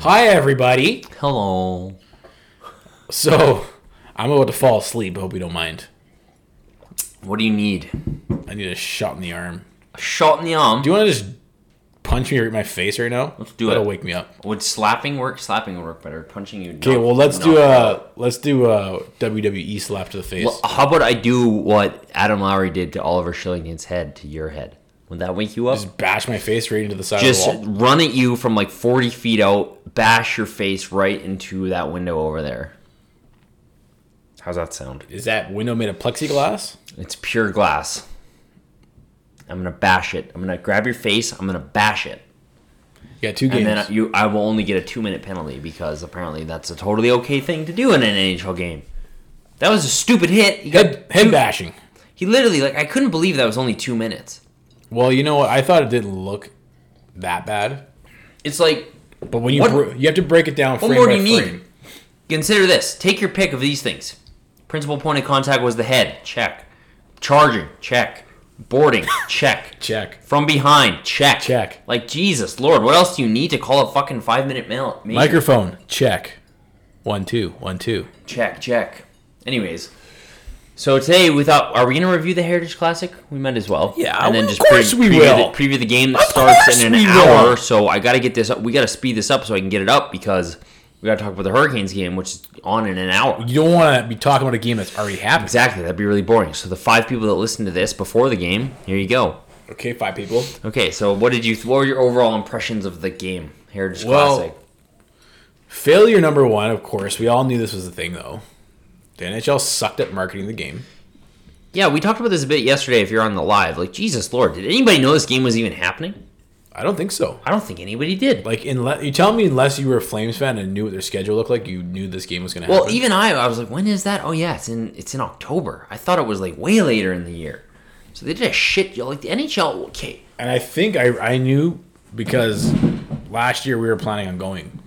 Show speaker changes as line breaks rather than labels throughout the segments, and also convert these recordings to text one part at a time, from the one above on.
Hi, everybody.
Hello.
So, I'm about to fall asleep. Hope you don't mind.
What do you need?
I need a shot in the arm.
A shot in the arm.
Do you want to just punch me right in my face right now?
Let's do
That'll
it.
wake me up.
Would slapping work? Slapping would work better. Punching you.
Okay, well let's do a let's do uh, a WWE E slap to the face.
How about I do what Adam Lowry did to Oliver Shillington's head to your head? Would that wake you up?
just bash my face right into the side
Just
of the wall.
run at you from like 40 feet out, bash your face right into that window over there. How's that sound?
Is that window made of plexiglass?
It's pure glass. I'm gonna bash it. I'm gonna grab your face. I'm gonna bash it.
You got two games.
And then you, I will only get a two-minute penalty because apparently that's a totally okay thing to do in an NHL game. That was a stupid hit. He, got,
head head bashing.
he literally, like, I couldn't believe that was only two minutes.
Well, you know what? I thought it didn't look that bad,
It's like,
but when you
What-
br- you have to break it down.
what
frame
more
by
do you
frame.
need? Consider this. Take your pick of these things. Principal point of contact was the head. Check. Charging. Check. Boarding. Check.
Check.
From behind. Check.
Check.
Like Jesus, Lord, what else do you need to call a fucking five-minute mail? major?
Microphone. Check. One two one two.
Check, check. Anyways, so today we thought, are we gonna review the Heritage Classic? We might as well.
Yeah, of course we
preview
will.
The, preview the game that
Of
starts
course
in
we
an
will.
hour. So I gotta get this up. We gotta speed this up so I can get it up because we gotta talk about the Hurricanes game, which is on in an hour.
You don't want to be talking about a game that's already happened.
Exactly, that'd be really boring. So the five people that listen to this before the game, here you go.
Okay, five people.
Okay, so what did you? What were your overall impressions of the game, Heritage
Well,
Classic?
Failure number one, of course. We all knew this was a thing, though. The NHL sucked at marketing the game.
Yeah, we talked about this a bit yesterday. If you're on the live, like Jesus Lord, did anybody know this game was even happening?
I don't think so.
I don't think anybody did.
Like, unless you tell me, unless you were a Flames fan and knew what their schedule looked like, you knew this game was going to happen.
Well, even I, I was like, when is that? Oh yeah, it's in it's in October. I thought it was like way later in the year. So they did a shit. Like the NHL, okay,
and I think I, I knew because last year we were planning on going.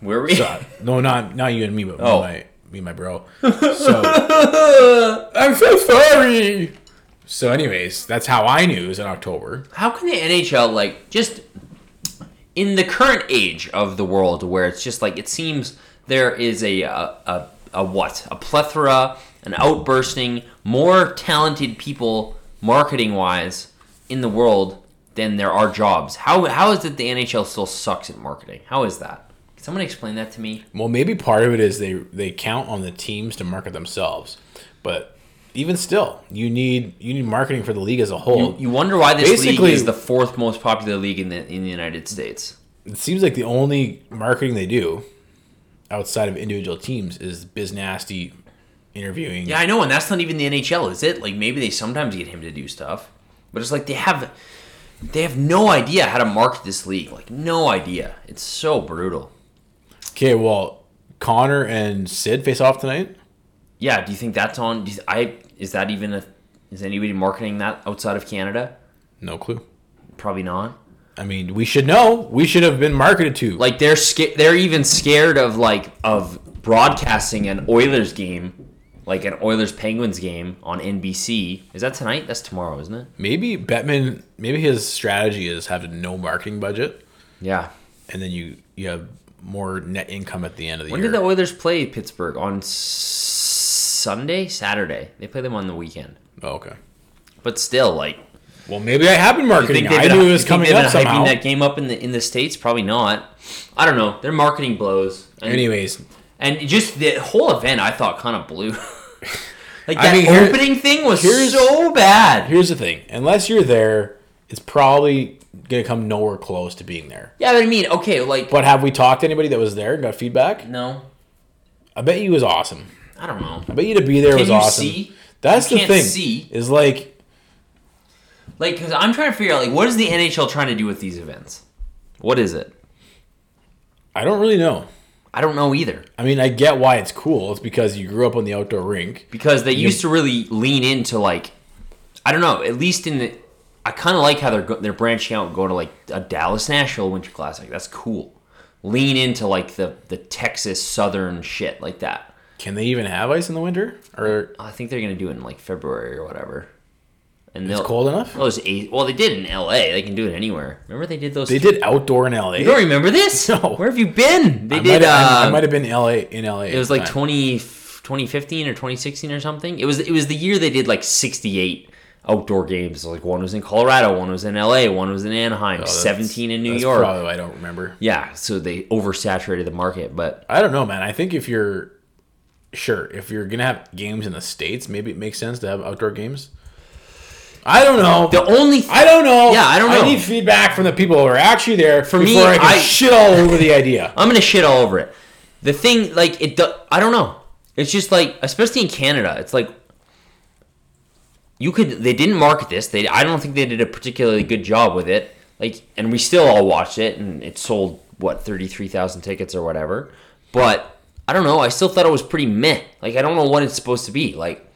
where are we?
Uh, no, not not you and me, but
Oh.
me, and my, me and my bro. So I'm so sorry. So, anyways, that's how I knew it was in October.
How can the NHL like just in the current age of the world where it's just like it seems there is a a, a, a what a plethora, an outbursting, more talented people marketing wise in the world than there are jobs. How how is it the NHL still sucks at marketing? How is that? Can someone explain that to me?
Well, maybe part of it is they they count on the teams to market themselves, but even still, you need you need marketing for the league as a whole.
You wonder why this
Basically-
league is the fourth most popular league in the in the United States.
it seems like the only marketing they do outside of individual teams is biz nasty interviewing.
Yeah, I know, and that's not even the NHL, is it? Like maybe they sometimes get him to do stuff, but it's like they have they have no idea how to market this league. Like no idea. It's so brutal.
Okay, well, Connor and Sid face off tonight.
Yeah, do you think that's on? Do you, I is that even a is anybody marketing that outside of Canada?
No clue.
Probably not.
I mean, we should know. We should have been marketed to.
Like they're sca- they're even scared of like of broadcasting an Oilers game, like an Oilers Penguins game on NBC. Is that tonight? That's tomorrow, isn't it?
maybe Bettman, maybe his strategy is having no marketing budget,
Yeah.
and then you you have more net income at the end of the
When
year.
did the Oilers play Pittsburgh on s- Sunday, Saturday? They play them on the weekend.
oh, okay.
But still, like
Well, maybe I have been marketing.
they've
I
been-
knew
you
it was
think
coming
they've
up
been
somehow.
hyping that game up in the in the states. Probably not. I don't know. Their marketing blows. And,
Anyways,
and just the whole event, I thought kind of blew. like
I
that
mean, here-
opening thing was
here's-
so bad.
here's the thing: unless you're there, it's probably gonna come nowhere close to being there.
Yeah, but I mean, okay, like
But have we talked to anybody that was there and got feedback?
no,
I bet you it was awesome.
I don't know.
I bet you to be there
Can
was
you
awesome.
see?
That's
You
the
can't
thing.
see.
Is like
Like, because I'm trying to figure out, like, what is the NHL trying to do with these events? What is it?
I don't really know.
I don't know either.
I mean, I get why it's cool. It's because you grew up on the outdoor rink.
because they used to really lean into like I don't know. At least in the, I kind of like how they're go, they're branching out, and going to like a Dallas Nashville Winter Classic. That's cool. Lean into like the the Texas Southern shit like that.
Can they even have ice in the winter? Or
I think they're gonna do it in like February or whatever. And
It's
they'll-
cold enough.
Those eight, well, they did in L.A. They can do it anywhere. Remember they did those.
They did outdoor in L.A.
You don't remember this?
No.
Where have you been? They
I
did.
might have- I- I
uh,
might have been L.A. in L.A.
it was like 20, 2015 or twenty sixteen or something. It was it was the year they did like sixty eight outdoor games. Like one was in Colorado, one was in L.A., one was in Anaheim, seventeen in New
Oh, That's
York.
Probably why I don't remember.
yeah, so they oversaturated the market, but
I don't know, man. I think if you're sure, if you're gonna have games in the states, maybe it makes sense to have outdoor games. I don't know.
the only th-
Oh, I don't know.
Yeah, I don't know.
I need feedback from the people who are actually there For
me,
before I can
I-
shit all over the idea.
I'm gonna shit all over it. The thing, like, it. Do- I don't know. It's just like, especially in Canada, it's like you could. They didn't market this. They. I don't think they did a particularly good job with it. Like, and we still all watched it, and it sold what thirty three thousand tickets or whatever. But I don't know. I still thought it was pretty meh. Like, I don't know what it's supposed to be. Like,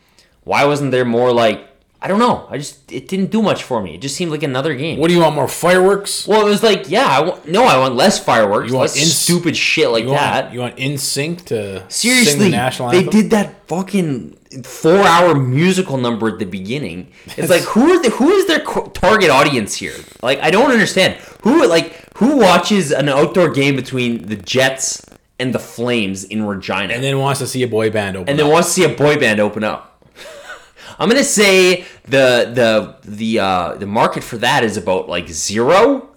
why wasn't there more like? I don't know. I just it didn't do much for me. It just seemed like another game.
What do you want? More fireworks?
Well, it was like, yeah, I want, no, I want less fireworks,
You want
less
ins-
stupid shit like
You
that.
want you want in sync to sing
Seriously,
the national
they
anthem?
did that fucking four-hour musical number at the beginning. It's like who are the, who is their co- target audience here? Like I don't understand who like who watches an outdoor game between the Jets and the Flames in Regina,
and then wants to see a boy band open.
and then
up.
wants to see a boy band open up. I'm gonna say the the the uh, the market for that is about like zero.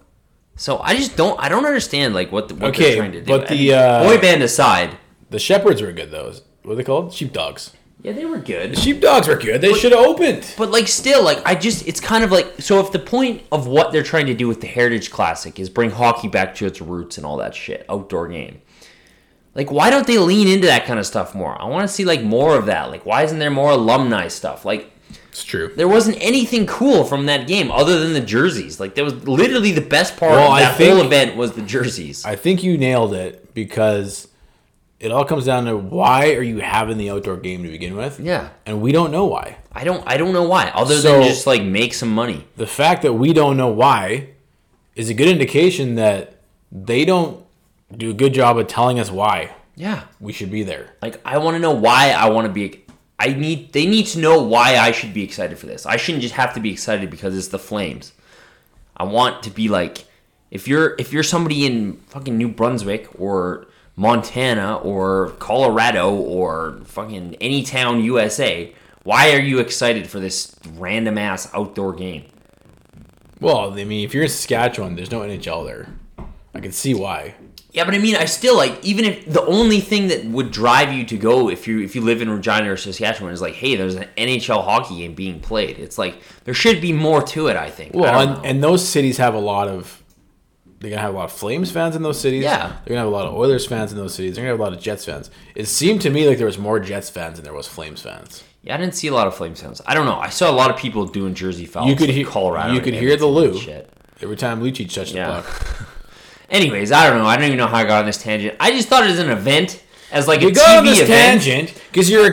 So I just don't I don't understand like what the, what
Okay,
they're trying to do.
but
I
the,
mean,
uh,
boy band aside,
the shepherds were good though. What are they called? Sheepdogs.
yeah, they were good.
Sheepdogs were good. They should have opened.
But like, still, like, I just, it's kind of like, so if the point of what they're trying to do with the Heritage Classic is bring hockey back to its roots and all that shit, outdoor game. Like, why don't they lean into that kind of stuff more? I want to see like more of that. Like, why isn't there more alumni stuff? Like,
It's true.
there wasn't anything cool from that game other than the jerseys. Like, that was literally the best part
Well,
of
I
that
think-
whole event was the jerseys.
I think you nailed it because it all comes down to why are you having the outdoor game to begin with?
Yeah.
And we don't know why.
I don't, I don't know why, other
So-
than just like make some money.
The fact that we don't know why is a good indication that they don't do a good job of telling us why
Yeah.
we should be there.
Like I want to know why I want to be. I need. They need to know why I should be excited for this. I shouldn't just have to be excited because it's the Flames. I want to be like, if you're if you're somebody in fucking New Brunswick or Montana or Colorado or fucking any town USA, why are you excited for this random ass outdoor game?
Well, I mean, if you're in Saskatchewan, there's no NHL there. I can see why.
Yeah, but I mean, I still like even if the only thing that would drive you to go if you if you live in Regina or Saskatchewan is like, hey, there's an NHL hockey game being played. It's like there should be more to it. I think. I
Well,
don't
and,
know.
and those cities have a lot of. They're gonna have a lot of Flames fans in those cities.
Yeah.
They're gonna have a lot of Oilers fans in those cities. They're gonna have a lot of Jets fans. It seemed to me like there was more Jets fans than there was Flames fans.
yeah, I didn't see a lot of flame sounds. I don't know. I saw a lot of people doing Jersey fouls.
You could
like
hear-
Colorado.
you
and
could hear the
Edmonton and
Lou.
Shit.
Every time Lucic touched
Yeah.
the puck,
Anyways, I don't know. I don't even know how I got on this tangent. I just thought it was an event as like a
you go
TV
on this
event.
tangent because you're a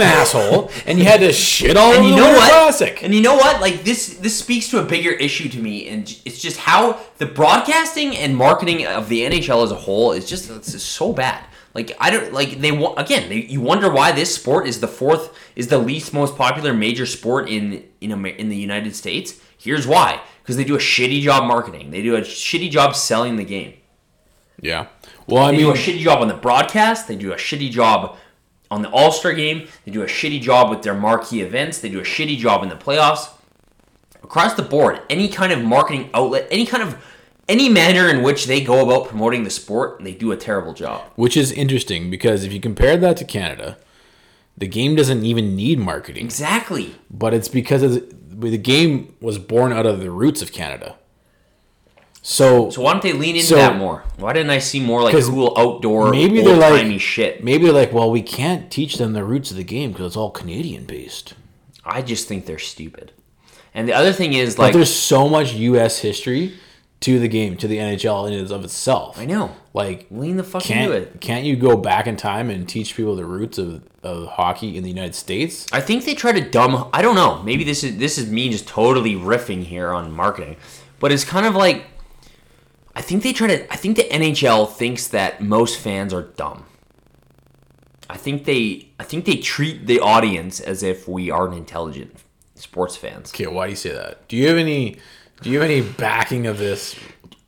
asshole and you had to shit all over
and you
Oh, the
know
Winter
what?
classic.
And you know what? Like this, this speaks to a bigger issue to me, and j- it's just how the broadcasting and marketing of the NHL as a whole is just it's just so bad. Like I don't like they wa- again. They, you wonder why this sport is the fourth is the least most popular major sport in in Amer- in the United States. Here's why: because they do a shitty job marketing. They do a shitty job selling the game.
yeah. Well, I
They do a
mean,
shitty job on the broadcast. They do a shitty job on the All Star game. They do a shitty job with their marquee events. They do a shitty job in the playoffs. Across the board, any kind of marketing outlet, any kind of any manner in which they go about promoting the sport, they do a terrible job.
which is interesting because if you compare that to Canada, the game doesn't even need marketing,
Exactly.
but it's because of the, the game was born out of the roots of Canada. So,
So why don't they lean into
So-
that more? Why didn't I see more like
'Cause
cool outdoor,
maybe
maybe
they're
old
like-
timey shit?
maybe they're like, well, we can't teach them the roots of the game because it's all Canadian based.
I just think they're stupid. And the other thing is
But
like,
there's so much U.S. history to the game, to the NHL in and of itself.
I know,
Like,
lean the fuck
can't
into it.
can't you go back in time and teach people the roots of, of hockey in the United States?
I think they try to dumb. I don't know. Maybe this is this is me just totally riffing here on marketing, but it's kind of like I think they try to. I think the NHL thinks that most fans are dumb. I think they. I think they treat the audience as if we aren't intelligent. sports fans.
Okay, why do you say that? Do you have any? Do you have any backing of this?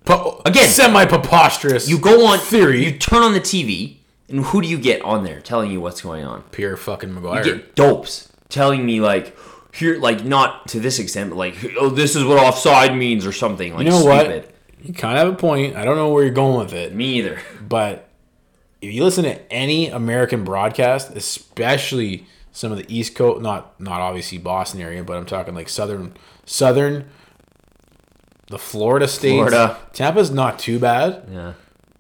Po-
Again-
semi preposterous.
You go on
Theory.
You turn on the TV, and who do you get on there telling you what's going on?
Pierre fucking McGuire.
get dopes telling me like here like not to this extent but like oh this is what offside means or something like
you know
stupid.
what? You kind of have a point. I don't know where you're going with it,
me either
but if you listen to any American broadcast, especially some of the East Coast, not not obviously Boston area, but I'm talking like southern southern the Florida states.
Florida.
Tampa's not too bad,
yeah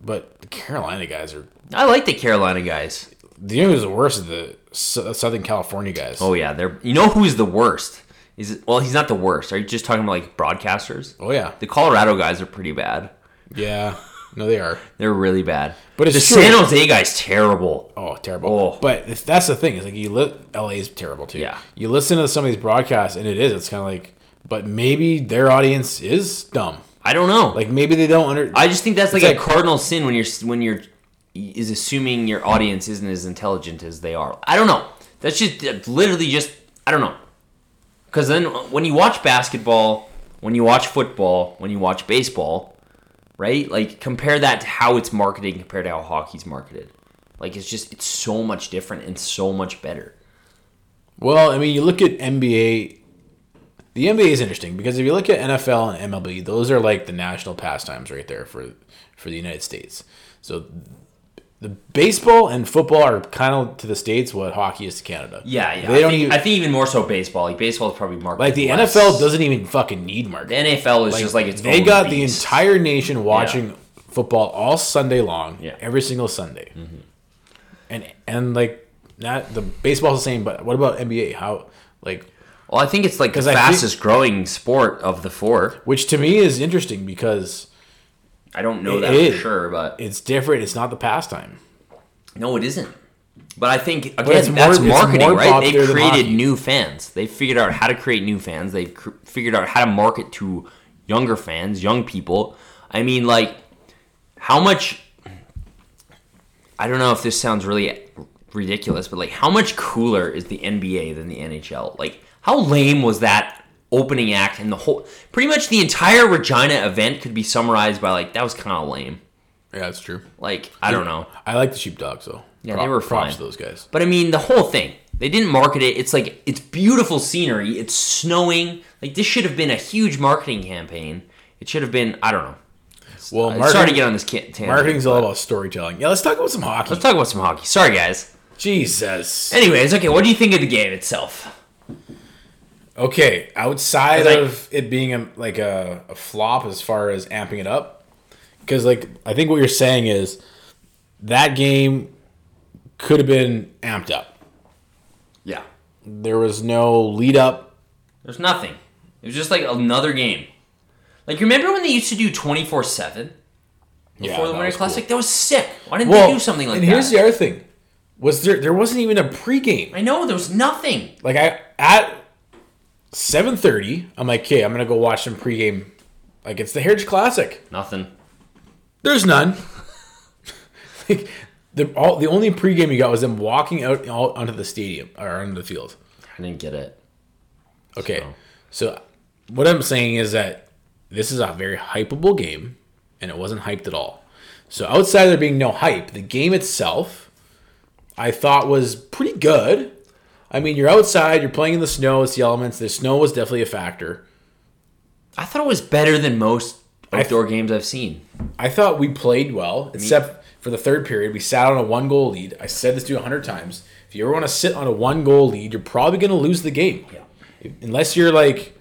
but the Carolina guys are
i like the carolina guys
the you know who's the worst is the S- Southern California guys.
oh yeah they're you know who's the worst is it, well he's not the worst are you just talking about like broadcasters
Oh, yeah.
the colorado guys are pretty bad
Yeah. No, they are.
they're really bad
But it's
the
true.
san jose guys terrible
Oh, terrible.
Oh.
But if- that's the thing. It's like you li- LA is terrible too.
Yeah.
You listen to some of these broadcasts and it is. It's kind of like, but maybe their audience is dumb.
i don't know
Like maybe they don't under.
i just think that's like,
It's
a
like-
cardinal sin when you're when you're is assuming your audience isn't as intelligent as they are i don't know that's just that's literally just i don't know because then when you watch basketball when you watch football when you watch baseball right like compare that to how it's marketed compared to how hockey's marketed like it's just it's so much different and so much better
well, I mean, you look at NBA. The NBA is interesting because if you look at NFL and MLB, those are like the national pastimes right there for for the United States. So the baseball and football are kind of to the states what hockey is to Canada.
yeah yeah
They
I,
don't
think,
even
I think even more so baseball like baseball is probably marketed
like the
less.
NFL doesn't even fucking need marketing.
the nfl is just like it's
they
own
got
beast.
the entire nation watching football all Sunday long,
Yeah. Mm-hmm.
every single Sunday, and and like that the baseball's the same. But what about NBA? How like
Well, I think it's like the
'Cause I think-
fastest growing sport of the four.
which to me is interesting because
I don't know
It
that for
is.
sure, but
it's different. It's not the pastime.
no, it isn't. But I think again,
it's more-
that's
it's
marketing,
more
right? They
popular than
created
hockey.
new fans. They figured out how to create new fans. They cr- figured out how to market to younger fans, young people. I mean, like, how much? I don't know if this sounds really ridiculous, but like, how much cooler is the NBA than the NHL? Like, how lame was that opening act and the whole? Pretty much the entire Regina event could be summarized by like that was kind of lame.
Yeah, that's true.
Like, I don't know.
I like the sheepdogs though.
Yeah,
Prop-
they were
props
fine.
to those guys.
But I mean, the whole thing. They didn't market it. It's like it's beautiful scenery. It's snowing. Like this should have been a huge marketing campaign. It should have been. I don't know.
Well,
I'm
marketing,
Sorry to get on this ca- tangent.
marketing's all about storytelling. Yeah, let's talk about some hockey.
Let's talk about some hockey. Sorry, guys.
Jesus.
Anyways, okay. What do you think of the game itself?
Okay, outside
Like-
of it being a, like a, a flop as far as amping it up, because like I think what you're saying is that game could have been amped up.
Yeah.
There was no lead up.
There's nothing. It was just like another game. Like remember when they used to do twenty four seven
Yeah,
for the
that
Winter
was
Classic?
cool.
That was sick. Why didn't
Well,
they do something like
and here's
that?
the other thing: was there there wasn't even a pregame.
I know there was nothing.
Like I at seven thirty, I'm like, okay, I'm gonna go watch some pregame. Like it's the Heritage Classic.
Nothing.
There's none. like the all the only pregame you got was them walking out all onto the stadium or onto the field.
I didn't get it.
Okay. So what I'm saying is that this is a very hypeable game and it wasn't hyped at all. So outside of there being no hype, the game itself I thought was pretty good. I mean, you're outside, you're playing in the snow, it's the elements. The snow was definitely a factor.
I thought it was better than most
th-
outdoor games I've seen.
I thought we played well, except for the third period. We sat on a one goal lead. I said this to you a hundred times. If you ever want to sit on a one goal lead, you're probably going to lose the game. Unless you're like,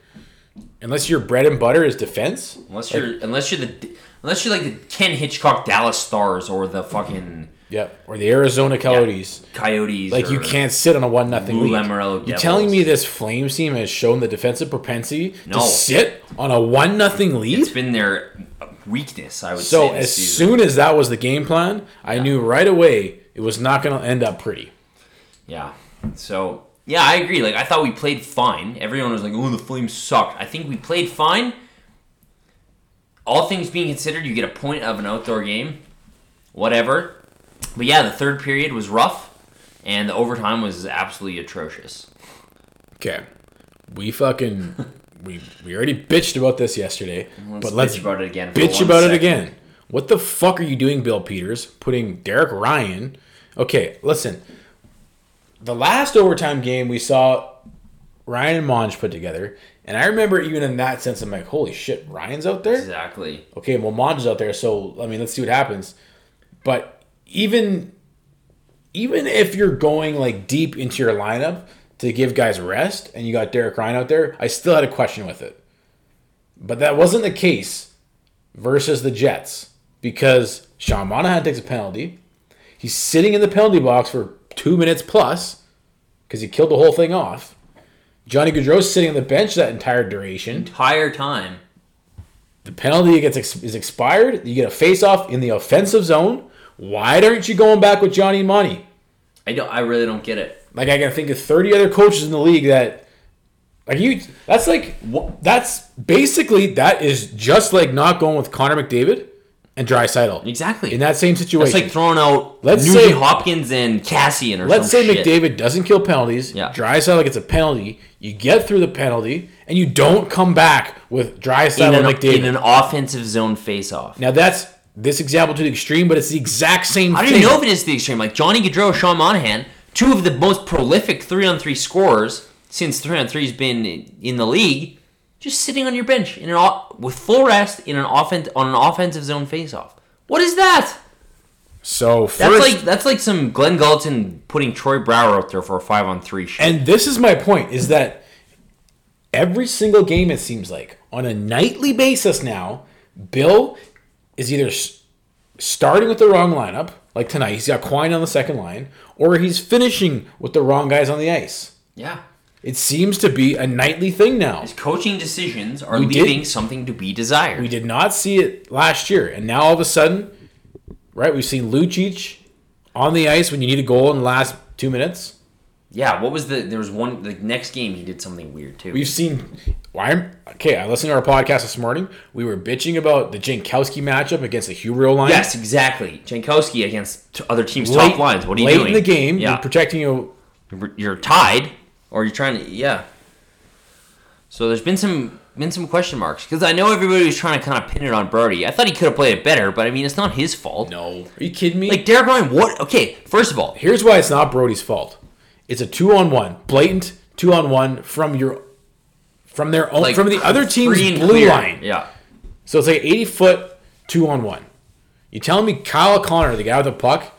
unless your bread and butter is defense.
Unless you're unless you're the unless you're like the Ken Hitchcock Dallas Stars or the fucking
Yep. Or the Arizona Coyotes.
Coyotes.
Like you
or-
can't sit on a one nothing
Lou
lead.
Lamoriello
You're
Devils.
telling me this Flames team has shown the defensive propensity
No.
to sit on a one nothing lead?
It's been their weakness. I would
So
say. This
as
season.
soon as that was the game plan, I knew right away it was not going to end up pretty.
yeah. So yeah, I agree. Like I thought we played fine. Everyone was like, "Oh, the Flames sucked." I think we played fine. All things being considered, you get a point of an outdoor game. Whatever. But yeah, the third period was rough, and the overtime was absolutely atrocious.
Okay. we fucking we we already bitched about this yesterday,
Let's
but let's
bitch about it again. for
bitch
one
about it
second.
again. What the fuck are you doing, Bill Peters? Putting Derek Ryan. Okay, listen. The last overtime game we saw Ryan and Monge put together, and I remember even in that sense, I'm like, holy shit, Ryan's out there?
Exactly.
okay, well, Monge is out there, so I mean, let's see what happens. But even even if you're going like deep into your lineup to give guys rest, and you got Derek Ryan out there, I still had a question with it. But that wasn't the case versus the Jets because Sean Monahan takes a penalty. He's sitting in the penalty box for two minutes plus because he killed the whole thing off. Johnny Gaudreau's sitting on the bench that entire duration
Entire time.
the penalty gets ex- is expired. You get a face off in the offensive zone. Why aren't you going back with Johnny Money?
I don't. I really don't get it.
Like I can think of thirty other coaches in the league that, like you, that's like wha- that's basically that is just like not going with Connor McDavid and Drysital
Exactly.
in that same
It's
situation.
like throwing out
Let's
Nugent
say-
Hopkins and Cassian or
Let's
some
say
shit.
McDavid doesn't kill penalties.
Yeah.
Drysital gets a penalty. You get through the penalty and you don't come back with
in
Drysital
an,
and McDavid.
in an offensive zone face-off.
now that's this example to the extreme, but it's the exact same.
I
thing.
don't even know if it is the extreme. Like Johnny Gaudreau, Sean Monahan, two of the most prolific three-on-three scorers since three-on-three's been in the league, just sitting on your bench in an o- with full rest in an offense on an offensive zone face-off. What is that?
So first,
That's like that's like some Glenn Gulton putting Troy Brower out there for a five-on-three shot.
And this is my point is that every single game, it seems like, on a nightly basis now, Bill is either s- starting with the wrong lineup, like tonight, he's got Quine on the second line, or he's finishing with the wrong guys on the ice.
yeah.
It seems to be a nightly thing now.
Coaching decisions are
did-
leaving something to be desired.
We did not see it last year, and now all of a sudden, right, we've seen Lucic on the ice when you need a goal in the last two minutes.
yeah, what was the there was one the next game he did something weird too.
We've seen. Well, I'm okay. I listened to our podcast this morning. We were bitching about the Jankowski matchup against the Huberto line.
Yes, exactly. Jankowski against t- other teams'
Late-
top lines. What are you
late
doing?
in the game,
yeah,
you're protecting you.
You're- you're tied, or you're trying to. Yeah. So there's been some been some question marks because I know everybody was trying to kind of pin it on Brody. I thought he could have played it better, but I mean it's not his fault.
No, are you kidding me?
Like Derek Ryan, what? Okay, first of all,
Here's why it's not Brody's fault. It's a two on one, blatant two on one from your, from their own,
like
from the other team's
free and
blue
clear.
line.
Yeah.
So it's like 80 foot, two on one. You telling me Kyle Connor, the guy with the puck,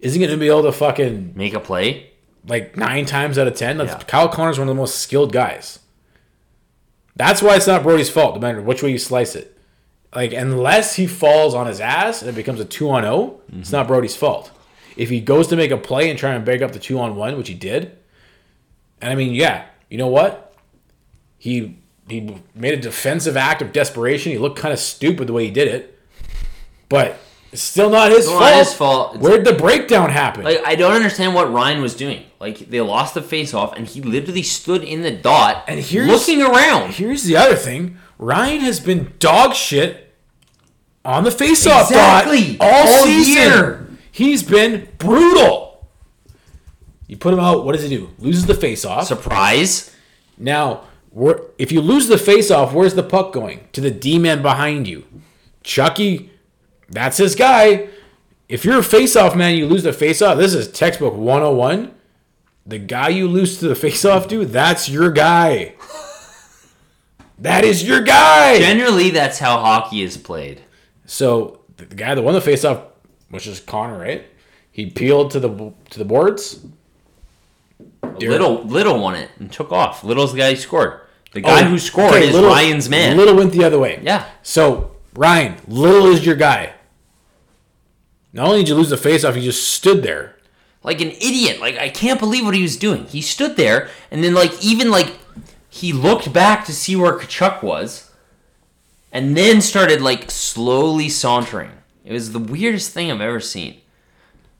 isn't going to be able to fucking
Make a play.
like nine times out of ten. That's,
Yeah.
Kyle Connor's one of the most skilled guys. That's why it's not Brody's fault, no matter which way you slice it. Like unless he falls on his ass and it becomes a two on 0
Mm-hmm.
it's not Brody's fault. If he goes to make a play and try and break up the two on one, which he did, and I mean, yeah, you know what? He he made a defensive act of desperation. He looked kind of stupid the way he did it, but it's still not his
Still
fault.
not his fault. It's-
Where'd the breakdown happen?
Like I don't understand what Ryan was doing. Like they lost the face off, and he literally stood in the dot
And here's-
looking around.
Here's the other thing. Ryan has been dog shit on the faceoff
Exactly.
dot all,
All
season.
year.
He's been brutal. You put him out. What does he do? Loses the faceoff.
Surprise.
now, we're, if you lose the faceoff, where's the puck going? To the D man behind you. Chucky, that's his guy. If you're a faceoff man, you lose the faceoff. This is textbook 101. The guy you lose to the faceoff, dude, that's your guy. That is your guy.
Generally, that's how hockey is played.
So the the guy that won the faceoff, which is Connor, right? He peeled to the to the boards.
Little Little won it and took off. Little's the guy who scored. The guy who scored
Oh, Okay,
is
Little-
Ryan's man.
Little went the other way.
Yeah.
So Ryan, Little is your guy. Not only did you lose the faceoff, you just stood there.
like an idiot. Like I can't believe what he was doing. He stood there and then like even like he looked back to see where Kachuk was, and then started like slowly sauntering. It was the weirdest thing I've ever seen.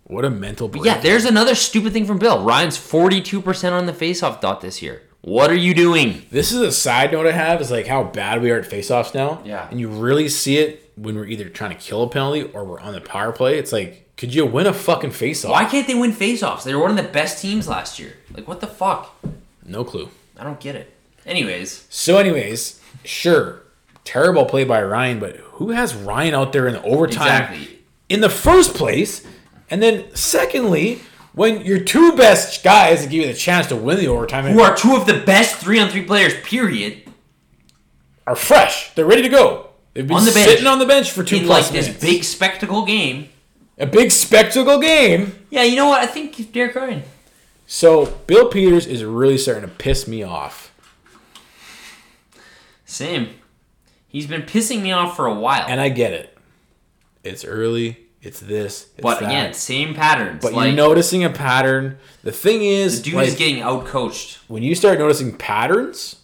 What a mental break.
Yeah, there's another stupid thing from Bill. Ryan's 42% on the faceoff dot this year. What are you doing?
This is a side note I have is like how bad we are at faceoffs now.
Yeah.
And you really see it when we're either trying to kill a penalty or we're on the power play. It's like, could you win a fucking faceoff?
Why can't they win faceoffs? They were one of the best teams last year. Like what the fuck?
No clue.
I don't get it. Anyways,
So, anyways, sure, terrible play by Ryan, but who has Ryan out there in the overtime
Exactly.
in the first place? And then, secondly, when your two best guys that give you the chance to win the overtime
who are two of the best three on three players, period,
are fresh, they're ready to go. They've been
On the bench.
sitting on the bench for two
in like
plus
this
minutes.
big spectacle game.
a big spectacle game.
Yeah, you know what? I think Derek Ryan.
So Bill Peters is really starting to piss me off,
Same. He's been pissing me off for a while.
and I get it. It's early. It's this. It's
but
that.
again, same patterns.
but
like,
you're noticing a pattern. The thing is,
dude
like,
is getting outcoached.
when you start noticing patterns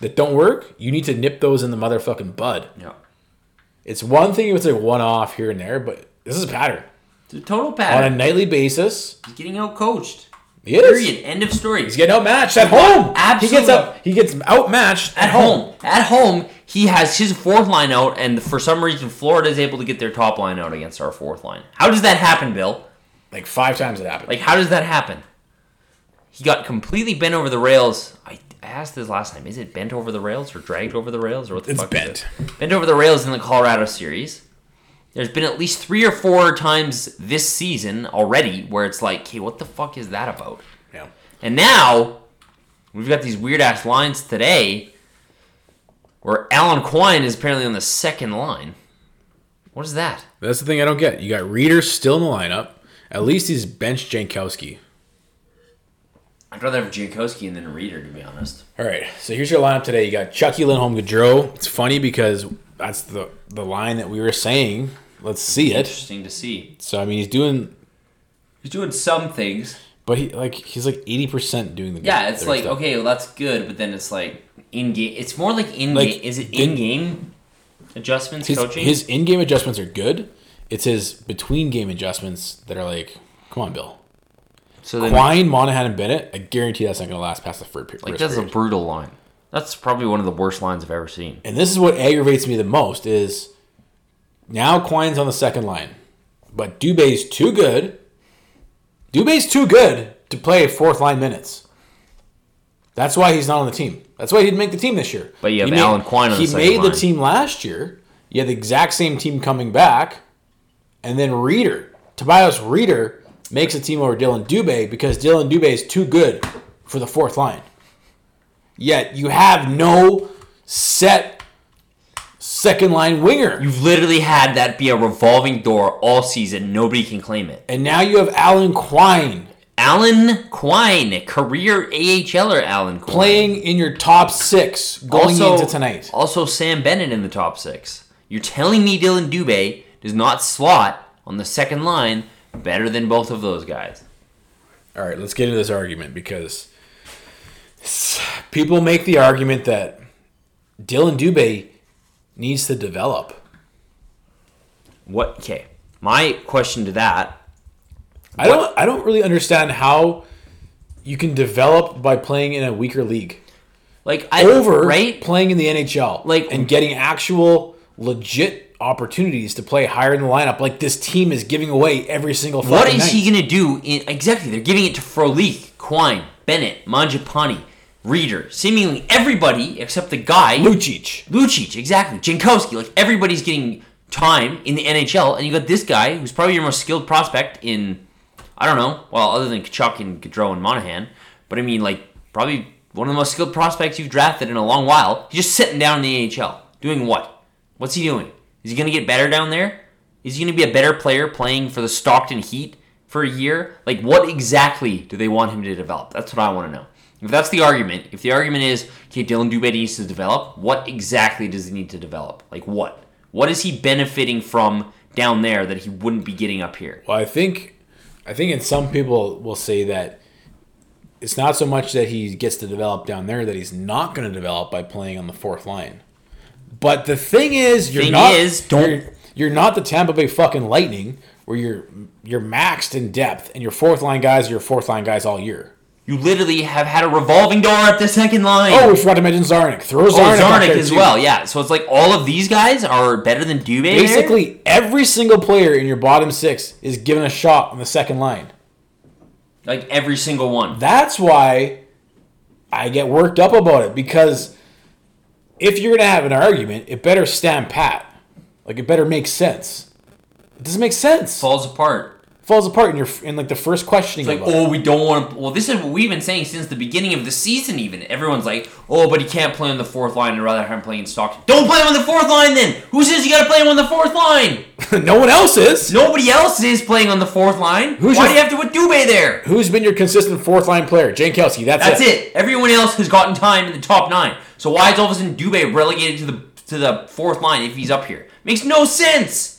that don't work, you need to nip those in the motherfucking bud.
Yeah.
It's one thing if it's a one off here and there, but this is a pattern
It's a total
on a
pattern.
nightly basis.
He's getting outcoached.
It is.
Period. End of story.
He's getting outmatched at home. He gets
Absolutely.
up. He gets outmatched
At home. At home, he has his fourth line out, and for some reason, Florida is able to get their top line out against our fourth line. How does that happen, Bill?
Like five times it happened.
Like, how does that happen? He got completely bent over the rails. I, I asked this last time. Is it bent over the rails or dragged over the rails or what the
It's
fuck?
bent.
Is it? Bent over the rails in the Colorado series. There's been at least three or four times this season already where it's like, okay, what the fuck is that about?
yeah.
And now we've got these weird ass lines today where Alan Quine is apparently on the second line. What is that?
That's the thing I don't get. You got Reader still in the lineup. At least he's benched Jankowski.
I'd rather have Jankowski and then Reader, to be honest.
All right, so here's your lineup today. You got Chucky Lindholm Gaudreau. It's funny because that's the the line that we were saying. Let's see it.
Interesting to see.
So I mean, he's doing,
He's doing some things.
but he like he's like eighty percent doing the
Yeah, it's
their
like,
stuff.
okay, well, that's good, but then it's like in game. It's more like in game.
Like,
is it
in-
in game adjustments,
his,
coaching?
his in game adjustments are good. It's his between game adjustments that are like, come on, Bill.
so then,
Quine, Monahan, and Bennett. I guarantee that's not going to last past the first period.
like, that's a brutal line. That's probably one of the worst lines I've ever seen.
and this is what aggravates me the most is now Quine's on the second line, but Dubé's too good. Dubé's too good to play fourth line minutes. That's why he's not on the team. That's why he didn't make the team this year.
But you have
He
Alan Quine on the
He
second
made
line.
the team last year. You had the exact same team coming back, and then Reader, Tobias Reader, makes the team over Dylan Dubé because Dylan Dubé is too good for the fourth line. Yet you have no set second line winger.
You've literally had that be a revolving door all season. Nobody can claim it.
and now you have Alan Quine
Alan Quine, career AHLer er Alan Quine.
playing in your top six going into tonight.
Also, Sam Bennett in the top six. You're telling me Dylan Dubé does not slot on the second line better than both of those guys.
All right, let's get into this argument because people make the argument that Dylan Dubé needs to develop.
What? Okay. My question to that
I don't I don't really understand how you can develop by playing in a weaker league
like, I.
over
Right?
playing in the NHL
Like-
and getting actual legit opportunities to play higher in the lineup like this team is giving away every single
What
fucking
is
night.
he going to do? In, exactly, they're giving it to Frolik, Quine, Bennett, Manjapani, Reader, seemingly everybody except the guy
Lucic.
Lucic, exactly. Jankowski, like everybody's getting time in the NHL, and you got this guy who's probably your most skilled prospect in, I don't know, well, other than Kachuk and Gaudreau and Monahan, but I mean, like probably one of the most skilled prospects you've drafted in a long while. He's just sitting down in the NHL, doing what? What's he doing? Is he gonna get better down there? Is he gonna be a better player playing for the Stockton Heat for a year? Like, what exactly do they want him to develop? That's what I want to know. If that's the argument, if the argument is, okay, Dylan Dubé needs to develop, what exactly does he need to develop? Like, what? What is he benefiting from down there that he wouldn't be getting up here?
Well, I think I think in some people will say that it's not so much that he gets to develop down there that he's not going to develop by playing on the fourth line. But the thing is, you're
Thing
not
is, don't-
you're, you're not the Tampa Bay fucking Lightning where you're you're maxed in depth and your fourth line guys are your fourth line guys all year.
You literally have had a revolving door at the second line.
Oh, we forgot to mention Zarnik. Throw Zarnik,
Oh,
out
Zarnik
there,
as
too.
well, yeah. So it's like all of these guys are better than Dubé. there?
Basically, every single player in your bottom six is given a shot on the second line.
like every single one.
That's why I get worked up about it because if you're gonna have an argument, it better stand pat. Like it better make sense. It doesn't make sense.
falls apart.
Falls apart in your in like the first questioning.
Like,
about it.
oh, we don't want to. Well, this is what we've been saying since the beginning of the season. Even everyone's like, oh, but he can't play on the fourth line. I'd rather have him playing Stockton. Don't play him on the fourth line then. Who says you got to play him on the fourth line?
no one else is.
Nobody else is playing on the fourth line.
Who's
Why
your-
do you have to put Dubé there?
Who's been your consistent fourth line player? Jankowski. That's,
That's it. Everyone else has gotten time in the top nine. So why is all of a sudden Dubé relegated to the to the fourth line if he's up here? Makes no sense.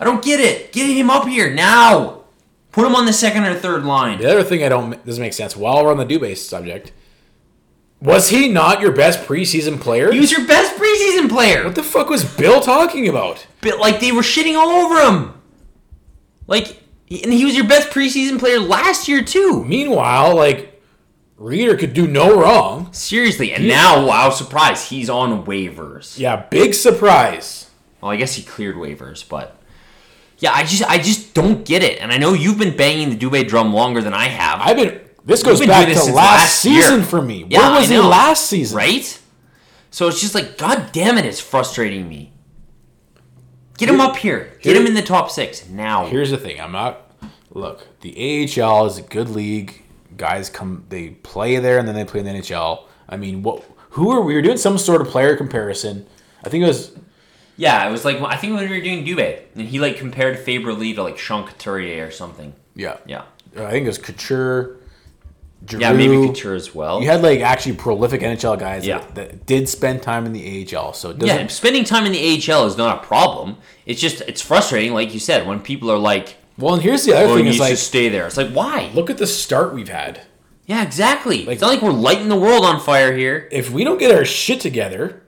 I don't get it. Get him up here now. Put him on the second or third line.
The other thing I don't doesn't make sense. While we're on the Dubé subject, was he not your best preseason player?
He was your best preseason player.
what the fuck was Bill talking about?
But like they were shitting all over him. Like and he was your best preseason player last year too.
Meanwhile, like Reader could do no wrong.
Seriously, and now wow, surprise, he's on waivers.
Yeah, big surprise.
Well, I guess he cleared waivers, but yeah, I just I just don't get it. And I know you've been banging the Dubé drum longer than I have,
I've been. This goes
been
back
doing
to
this
last,
since last year.
season for me.
Yeah,
Where was
I
he
know.
last season?
right? So it's just like, god damn it, it's frustrating me. Get him up here. Get
here-
him in the top six now.
Here's the thing. I'm not. Look, the AHL is a good league. Guys come, they play there, and then they play in the NHL. I mean, what? Who are we? were doing some sort of player comparison. I think it was
yeah, it was like I think when we were doing Dubé, and he like compared Faber Lee to like Sean Couturier or something.
yeah,
Yeah,
uh, I think it was Couture. Giroux.
yeah, maybe Couture as well.
You had like actually prolific NHL guys
Yeah.
that, that did spend time in the AHL. So it
Yeah,
doesn't.
spending time in the AHL is not a problem. It's just it's frustrating, like you said, when people are like,
Well, and here's the other
"Oh,
thing
you
is
should
like,
stay there." It's like, why?
look at the start we've had.
Yeah, exactly.
Like-
it's not like we're lighting the world on fire here.
if we don't get our shit together,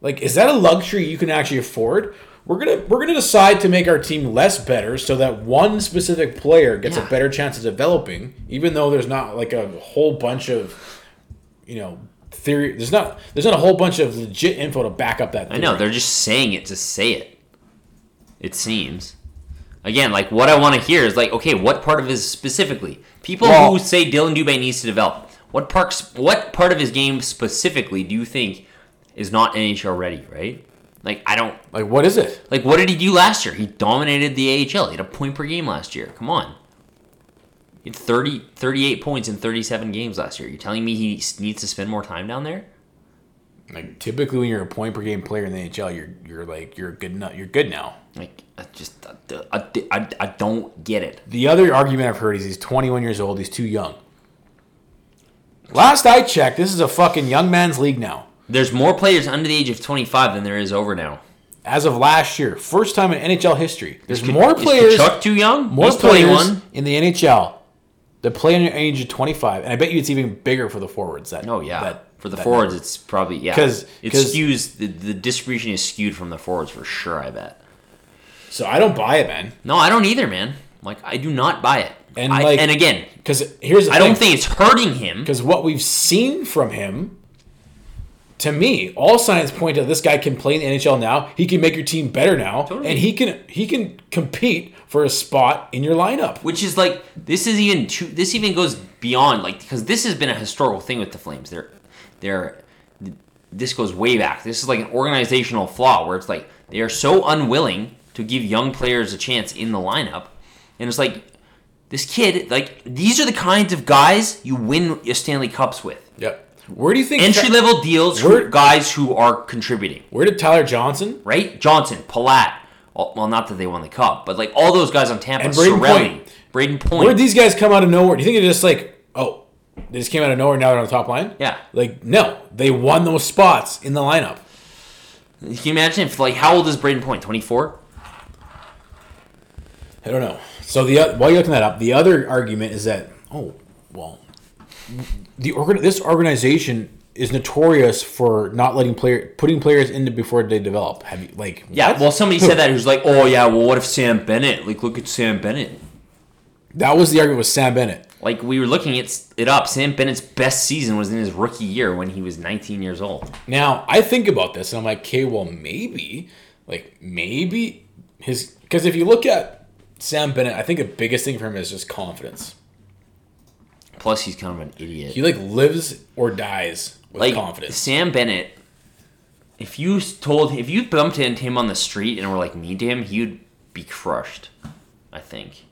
like is that a luxury you can actually afford? We're gonna we're gonna decide to make our team less better so that one specific player gets a
Yeah.
better chance of developing, even though there's not like a whole bunch of you know theory there's not there's not a whole bunch of legit info to back up that
I know,
theory.
they're just saying it to say it. It seems. Again, like what I want to hear is like, okay, what part of his specifically? People
Well-
who say Dylan Dubé needs to develop. What parts what part of his game specifically do you think is not NHL ready, right? Like I don't
like what is it?
like what did he do last year? He dominated the AHL. He had a point per game last year. Come on. He had 30, 38 points in 37 games last year. You're telling me he s- needs to spend more time down there?
Like typically when you're a point per game player in the NHL, you're you're like you're good now you're good now.
Like, I just, I, I, I, I don't get it.
The other argument I've heard is he's 21 years old. He's too young. Last I checked, this is a fucking young man's league now.
There's more players under the age of 25 than there is over now.
As of last year, first time in NHL history, there's
K-
more
is
players,
Kachuk too young?
more
He's
players
21.
in the NHL that play in the age of 25, and I bet you it's even bigger for the forwards. That
Oh, yeah.
that,
for the
that
forwards, it's probably, yeah.
'Cause-
it
'cause-
skews, the, the distribution is skewed from the forwards for sure, I bet.
number. So I don't buy it, man.
No, I don't either, man. Like, I do not buy it.
And,
I-
like-
and again,
Because here's the
I don't think it's hurting him.
because what we've seen from him, to me, all signs point to this guy can play in the NHL now. He can make your team better now,
Totally.
and he can he can compete for a spot in your lineup.
which is like this is even too, this even goes beyond like because this has been a historical thing with the Flames. They're they're this goes way back. This is like an organizational flaw where it's like they are so unwilling to give young players a chance in the lineup, and it's like this kid like these are the kinds of guys you win your Stanley Cups with.
Yep. Where do you think
Entry level deals, who-
We're-
guys who are contributing
Where did Tyler Johnson
right? Johnson, Palat. all- Well, not that they won the cup, but like all those guys on Tampa,
And Braden
Sorelli,
Point.
Braden Point.
Where'd these guys come out of nowhere? Do you think they're just like, oh, they just came out of nowhere? Now they're on the top line.
Yeah.
Like no, they won those spots in the lineup.
Can you imagine if like how old is Braden Point? Twenty four.
I don't know. So the oth- while you're looking that up, the other argument is that oh well, the organ this organization is notorious for not letting player putting players in before they develop. Have you like
Yeah.
what?
Well, somebody said that who's like, oh yeah. Well, what if Sam Bennett? Like, look at Sam Bennett.
that was the argument with Sam Bennett.
Like we were looking it, it up. Sam Bennett's best season was in his rookie year when he was nineteen years old.
Now I think about this and I'm like, okay, well maybe, like maybe his because if you look at Sam Bennett, I think the biggest thing for him is just confidence.
Plus, he's kind of an idiot.
He like lives or dies with
like
confidence.
Sam Bennett. If you s- told, if you bumped into him on the street and were like mean to him, he'd be crushed. I think.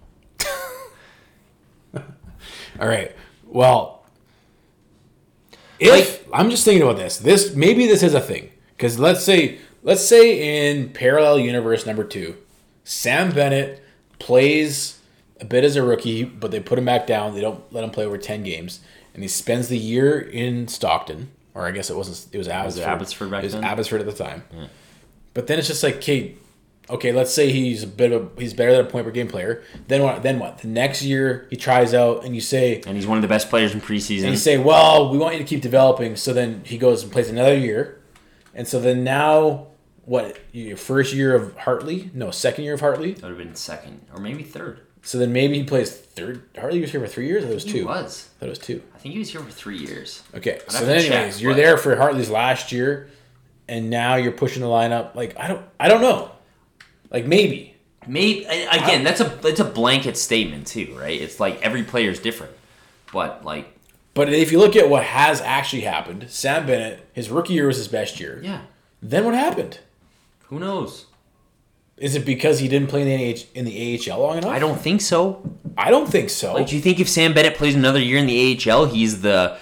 All right. Well, if I'm just thinking about this, this maybe this is a thing because let's say let's say in parallel universe number two, Sam Bennett plays a bit as a rookie, but they put him back down. They don't let him play over ten games, and he spends the year in Stockton, or I guess it wasn't. It was Abbotsford.
Abbotsford back
It was
then?
Abbotsford at the time. But then it's just like, okay, okay, let's say he's a bit of a, he's better than a point per game player. Then what? Then what? The next year he tries out, and you say,
And he's one of the best players in preseason.
and you say, "Well, we want you to keep developing." So then he goes and plays another year, and so then now, what your first year of Hartley? No, second year of Hartley.
that would have been second or maybe third.
So then maybe he plays third. Hartley was here for three years. I thought it was
He
two.
was.
I thought it was two.
I think he was here for three years.
Okay.
have
So
to
then,
check,
anyways, you're
but-
there for Hartley's last year, and now you're pushing the lineup. Like I don't, I don't know. Like maybe.
Maybe a- again, that's a that's a blanket statement too, right? It's like every player is different, but like
But if you look at what has actually happened, Sam Bennett, his rookie year was his best year.
yeah,
Then what happened?
who knows?
Is it because he didn't play in the, NH in the AHL long enough?
I don't think so.
I don't think so.
Like, do you think if Sam Bennett plays another year in the AHL, he's the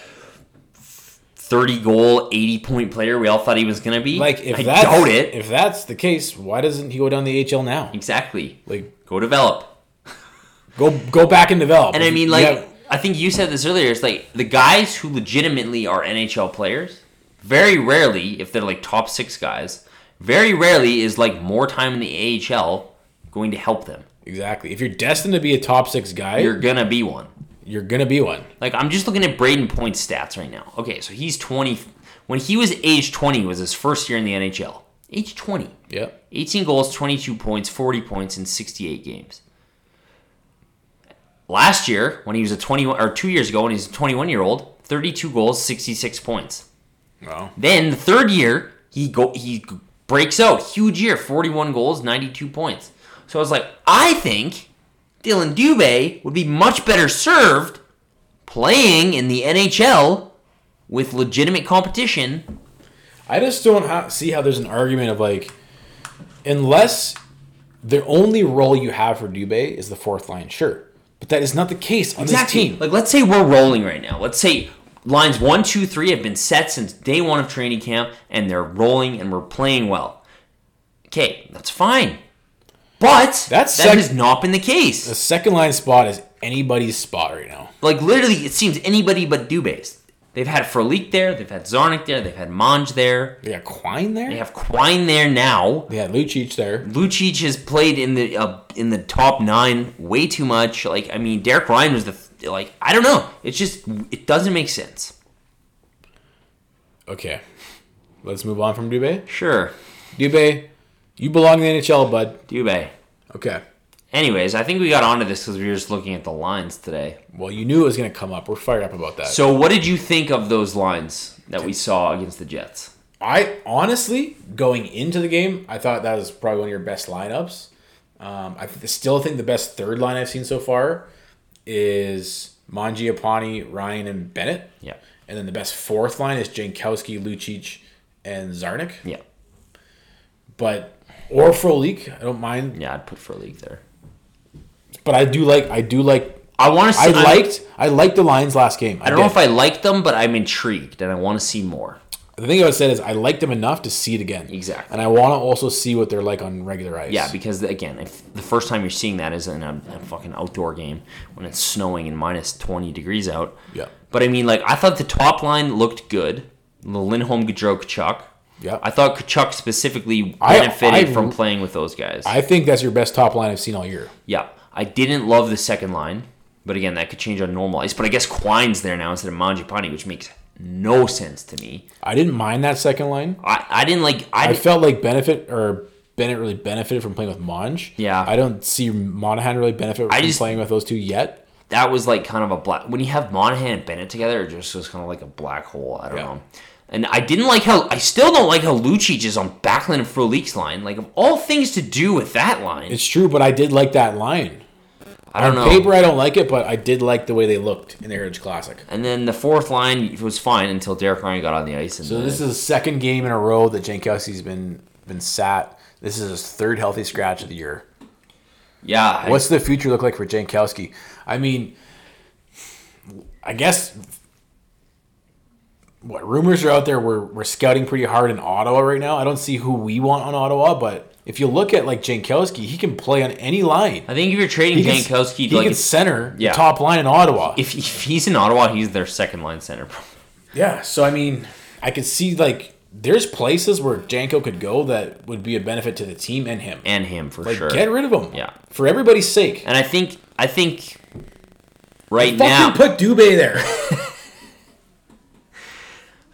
thirty goal, eighty point player we all thought he was gonna be?
Like if
I
that's
doubt it.
if that's the case, why doesn't he go down the HL now?
exactly.
Like
Go develop.
go go back and develop.
And I mean,
You
like,
have-
I think you said this earlier. It's like the guys who legitimately are NHL players, very rarely, if they're like top six guys, very rarely is like more time in the AHL going to help them.
exactly. If you're destined to be a top six guy,
You're
you're,
gonna be one.
gonna be one.
Like, I'm just looking at Braden Point's stats right now. Okay, so he's 20. When he was age 20, was his first year in the NHL. Age 20.
Yep.
18 goals, 22 points, 40 points in 68 games. Last year, when he was a 21 or 2 years ago when he was a 21 year old, 32 goals, 66 points.
Wow.
Then the third year, he go he g- breaks out, huge year, 41 goals, 92 points. So I was like, I think Dylan Dubé would be much better served playing in the NHL with legitimate competition.
I just don't ha- see how there's an argument of like, unless the only role you have for Dubé is the fourth line, sure, but that is not the case on this team.
Like, let's say we're rolling right now. Let's say lines one, two, three have been set since day one of training camp, and they're rolling and we're playing well. Okay, that's fine. But
That's
that
sec-
has not been the case.
the second line spot is anybody's spot right now.
Like literally, it seems anybody but Dubase. They've had Frolik there, they've had Zarnik there, they've had Monge there,
They got Quine there.
they have Quine there now.
They had Lucic there.
Lucic has played in the uh, in the top nine way too much. Like I mean, Derek Ryan was the like I don't know. It's just it doesn't make sense.
Okay, let's move on from Dubé.
Sure,
Dubé, you belong in the NHL, bud.
Dubé.
Okay.
Anyways, I think we got onto this because we were just looking at the lines today.
Well, you knew it was going to come up. We're fired up about that.
So what did you think of those lines that we saw against the Jets?
I honestly, going into the game, I thought that was probably one of your best lineups. Um, I th- still think the best third line I've seen so far is Mangiapane, Ryan, and Bennett.
Yeah,
And then the best fourth line is Jankowski, Lucic, and Zarnik.
yeah,
But or Frolik, I don't mind.
yeah. I'd put Frolik there.
But I do like. I do like.
I want to.
I liked. I liked the lines last game.
I don't know if I like them, but I'm intrigued and I want to see more.
The thing I said is I liked them enough to see it again.
Exactly.
And I want to also see what they're like on regular ice.
Yeah, because again, if the first time you're seeing that is in a, a fucking outdoor game when it's snowing and minus 20 degrees out.
Yeah.
But I mean, like, I thought the top line looked good. The Lindholm Gaudreau Kachuk.
Yeah.
I thought Kachuk specifically
I-
benefited
I-
from playing with those guys.
I think that's your best top line I've seen all year.
yeah. I didn't love the second line, but again, that could change on normal ice. But I guess Quine's there now instead of Manjapani, which makes no sense to me.
I didn't mind that second line.
I, I didn't like. I,
I
didn't-
felt like benefit or Bennett really benefited from playing with Monge.
Yeah.
I don't see Monahan really benefit from
just-
playing with those two yet.
that was like kind of a black when you have Monahan and Bennett together, it just was kind of like a black hole. I don't
Yeah.
know. And I didn't like how I still don't like how Lucic is on Backlund and Frolik's line. Like of all things to do with that line,
It's true, but I did like that line.
I don't
On
know.
paper, I don't like it, but I did like the way they looked in the Heritage Classic.
And then the fourth line was fine until Derek Ryan got on the ice. And
So this is the second game in a row that Jankowski's been been sat. This is his third healthy scratch of the year.
yeah. I-
What's the future look like for Jankowski? I mean, I guess what rumors are out there. We're we're scouting pretty hard in Ottawa right now. I don't see who we want on Ottawa, but if you look at like Jankowski, he can play on any line.
I think if you're trading
He can-
Jankowski,
he
like
can center
yeah.
the top line in Ottawa.
if, if he's in Ottawa, he's their second line center.
Yeah, so I mean, I could see like there's places where Janko could go that would be a benefit to the team and him.
and him for
Like
sure.
get rid of him.
Yeah.
For everybody's sake.
and I think I think right
Fucking
now
put Dubé there.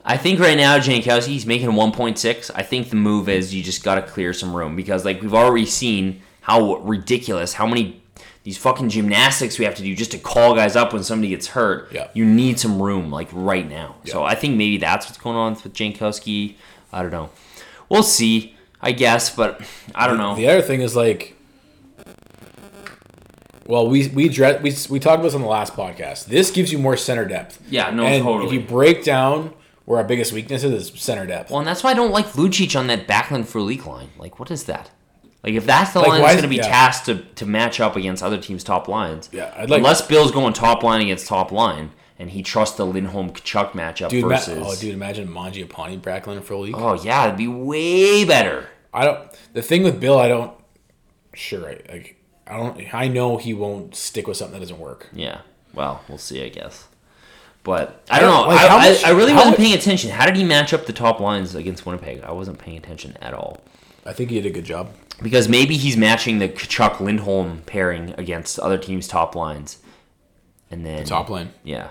I think right now Jankowski he's making 1.6. I think the move is you just got to clear some room because like we've already seen how ridiculous how many these fucking gymnastics we have to do just to call guys up when somebody gets hurt.
Yeah.
You need some room like right now. So I think maybe that's what's going on with Jankowski. I don't know. We'll see. I guess, but I don't know.
the other thing is like well, we we dre- we we talked about this on the last podcast. This gives you more center depth.
Yeah, no,
and
totally.
If you break down where our biggest weakness is, is center depth.
Well, and that's why I don't like Lucic on that backline for leak line. Like, what is that? Like, if that's the line
why
that's
is-
going to be
yeah.
tasked to, to match up against other teams' top lines,
Yeah, I'd like-
unless Bill's going top line against top line, and he trusts the Lindholm Kachuk matchup
dude, ma-
versus.
oh, dude, imagine Mangiapane Bracklin for a week.
Oh, yeah, it'd be way better.
I don't. The thing with Bill, I don't. Sure, I, like I don't. I know he won't stick with something that doesn't work.
Yeah. Well, we'll see, I guess. But I don't know.
like,
I,
how
I-
much-
I, really
how
wasn't
much-
paying attention. How did he match up the top lines against Winnipeg? I wasn't paying attention at all.
I think he did a good job.
Because maybe he's matching the Kachuk Lindholm pairing against other teams' top lines. And then
Top line.
Yeah.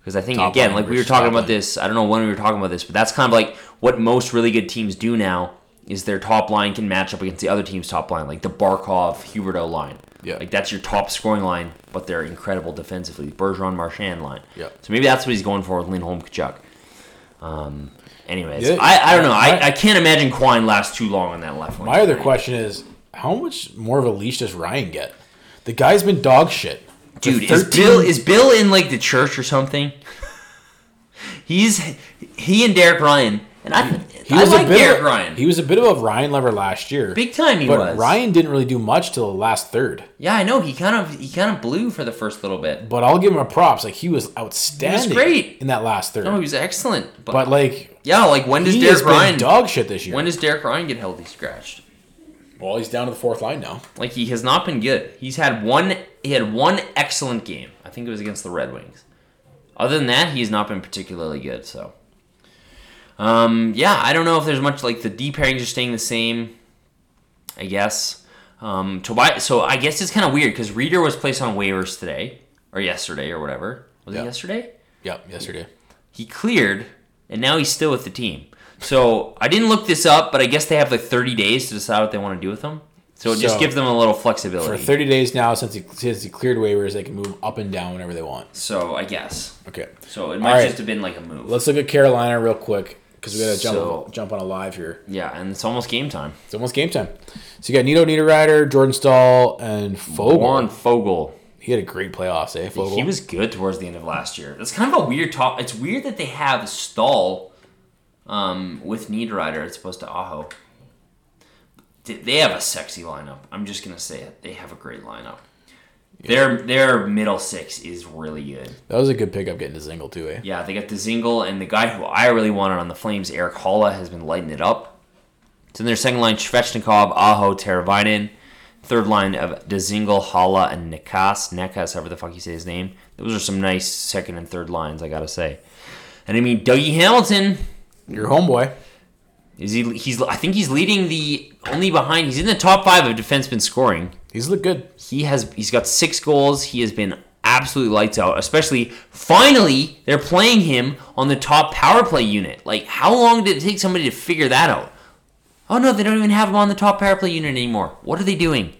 Because I think
Top
again,
line
like we were
versus
talking
top
about
line.
this, I don't know when we were talking about this, but that's kind of like what most really good teams do now is their top line can match up against the other team's top line, like the Barkov Huberto line.
Yeah.
Like that's your top scoring line, but they're incredible defensively. Bergeron Marchand line.
Yeah.
So maybe that's what he's going for with Lindholm Kachuk. Um anyways.
Yeah.
I, I don't know.
My-
I, I can't imagine Quine lasts too long on that left wing.
My other question is, how much more of a leash does Ryan get? The guy's been dog shit. For
Dude, is
13
Bill is Bill in like the church or something? He's he and Derek Ryan, and I
He
I
was
like
a bit
Derek
of,
Ryan.
He was a bit of a Ryan lover last year.
Big time he
but
was.
Ryan didn't really do much till the last third.
yeah, I know he kind of he kind of blew for the first little bit.
But I'll give him a props. Like he was outstanding.
great. Oh,
in that last third.
No, he was excellent. But,
but like
yeah, like when does
he has
Derek Ryan
been dog shit this year.
when does Derek Ryan get healthy scratched?
well, he's down to the fourth line now.
Like he has not been good. He's had one he had one excellent game. I think it was against the Red Wings. Other than that, he's not been particularly good, so um, yeah, I don't know if there's much like the D pairings are staying the same, I guess. Um, Tobias, so I guess it's kind of weird because Reader was placed on waivers today or yesterday or whatever. Was
Yeah.
it yesterday?
Yep, yesterday.
he cleared and now he's still with the team. So I didn't look this up, but I guess they have like 30 days to decide what they want to do with him. So it just
So-
gives them a little
For
flexibility.
30 days now, since he since he cleared waivers, they can move him up and down whenever they want.
so I guess.
Okay,
So it might
right.
just have been like a move.
let's look at Carolina real quick because we gotta jump
So-
jump on a live here.
yeah, and it's almost game time.
It's almost game time. So you got Nito Niederreiter, Jordan Stahl, and Fogel.
Juan Fogel.
He had a great playoffs, eh? Fogel.
He was good towards the end of last year. That's kind of a weird top. It's weird that they have Stahl um, with Niederreiter as opposed to Aho. Th- They have a sexy lineup. I'm just gonna say it. They have a great lineup. Their their middle six is really good.
that was a good pickup getting to Zingle too, eh?
Yeah, they got the Zingle and the guy who I really wanted on the Flames, Eric Halla, has been lighting it up. It's in their second line, Svechnikov, Aho, Teravainen. Third line of Dezingle, Halla, and Nikas. Nekas, however the fuck you say his name. Those are some nice second and third lines, I gotta say. And I mean, Dougie Hamilton
Your homeboy.
is he? He's I think he's leading the only behind. He's in the top five of defensemen scoring
He's looked good.
he has he's got six goals. He has been absolutely lights out. Especially finally, they're playing him on the top power play unit. Like, how long did it take somebody to figure that out? Oh no, they don't even have him on the top power play unit anymore. What are they doing?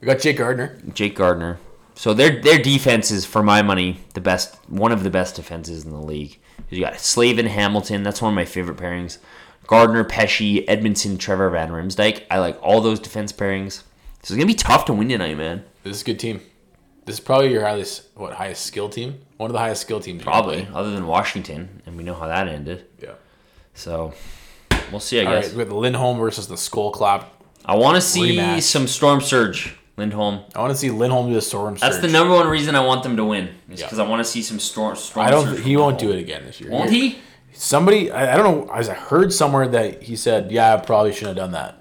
We got Jake Gardner.
Jake Gardner. So their their defense is, for my money, the best one of the best defenses in the league. You got Slavin Hamilton. That's one of my favorite pairings. Gardner, Pesci, Edmondson, Trevor Van Riemsdyk. I like all those defense pairings. This is gonna be tough to win tonight, man.
This is a good team. This is probably your highest, what highest skill team? One of the highest skill teams. you can
Probably,
play.
other than Washington, and we know how that ended.
Yeah.
So we'll see. I
All
guess
right, we got the Lindholm versus the Skull Clap.
I want to see
Rematch.
some storm surge, Lindholm.
I want to see Lindholm do the Storm
That's
Surge.
the number one reason I want them to win. Is
Yeah.
because I want to see some storm. storm
I don't.
surge
He
from
won't do
Lindholm.
it again this year.
Won't he?
Somebody, I, I don't know. I was- I heard somewhere that he said, "Yeah, I probably shouldn't have done that."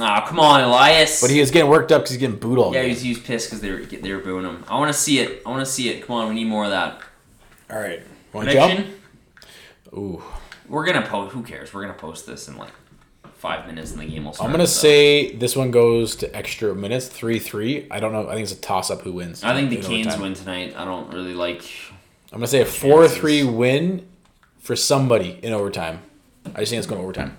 Ah, come on, Elias.
But he was getting worked up because he's getting booed all
yeah,
game.
he's, he's pissed because they were they were booing him. I want to see it. I want to see it. Come on, we need more of that.
All right, want to jump?
Prediction.
Ooh,
We're gonna post. Who cares? We're gonna post this in like five minutes, and the game will start.
I'm gonna
so.
say this one goes to extra minutes, three three. I don't know. I think it's a toss up who wins.
I think the
in
Canes
overtime.
win tonight. I don't really like.
I'm gonna say a four three win for somebody in overtime. I just think it's going to overtime.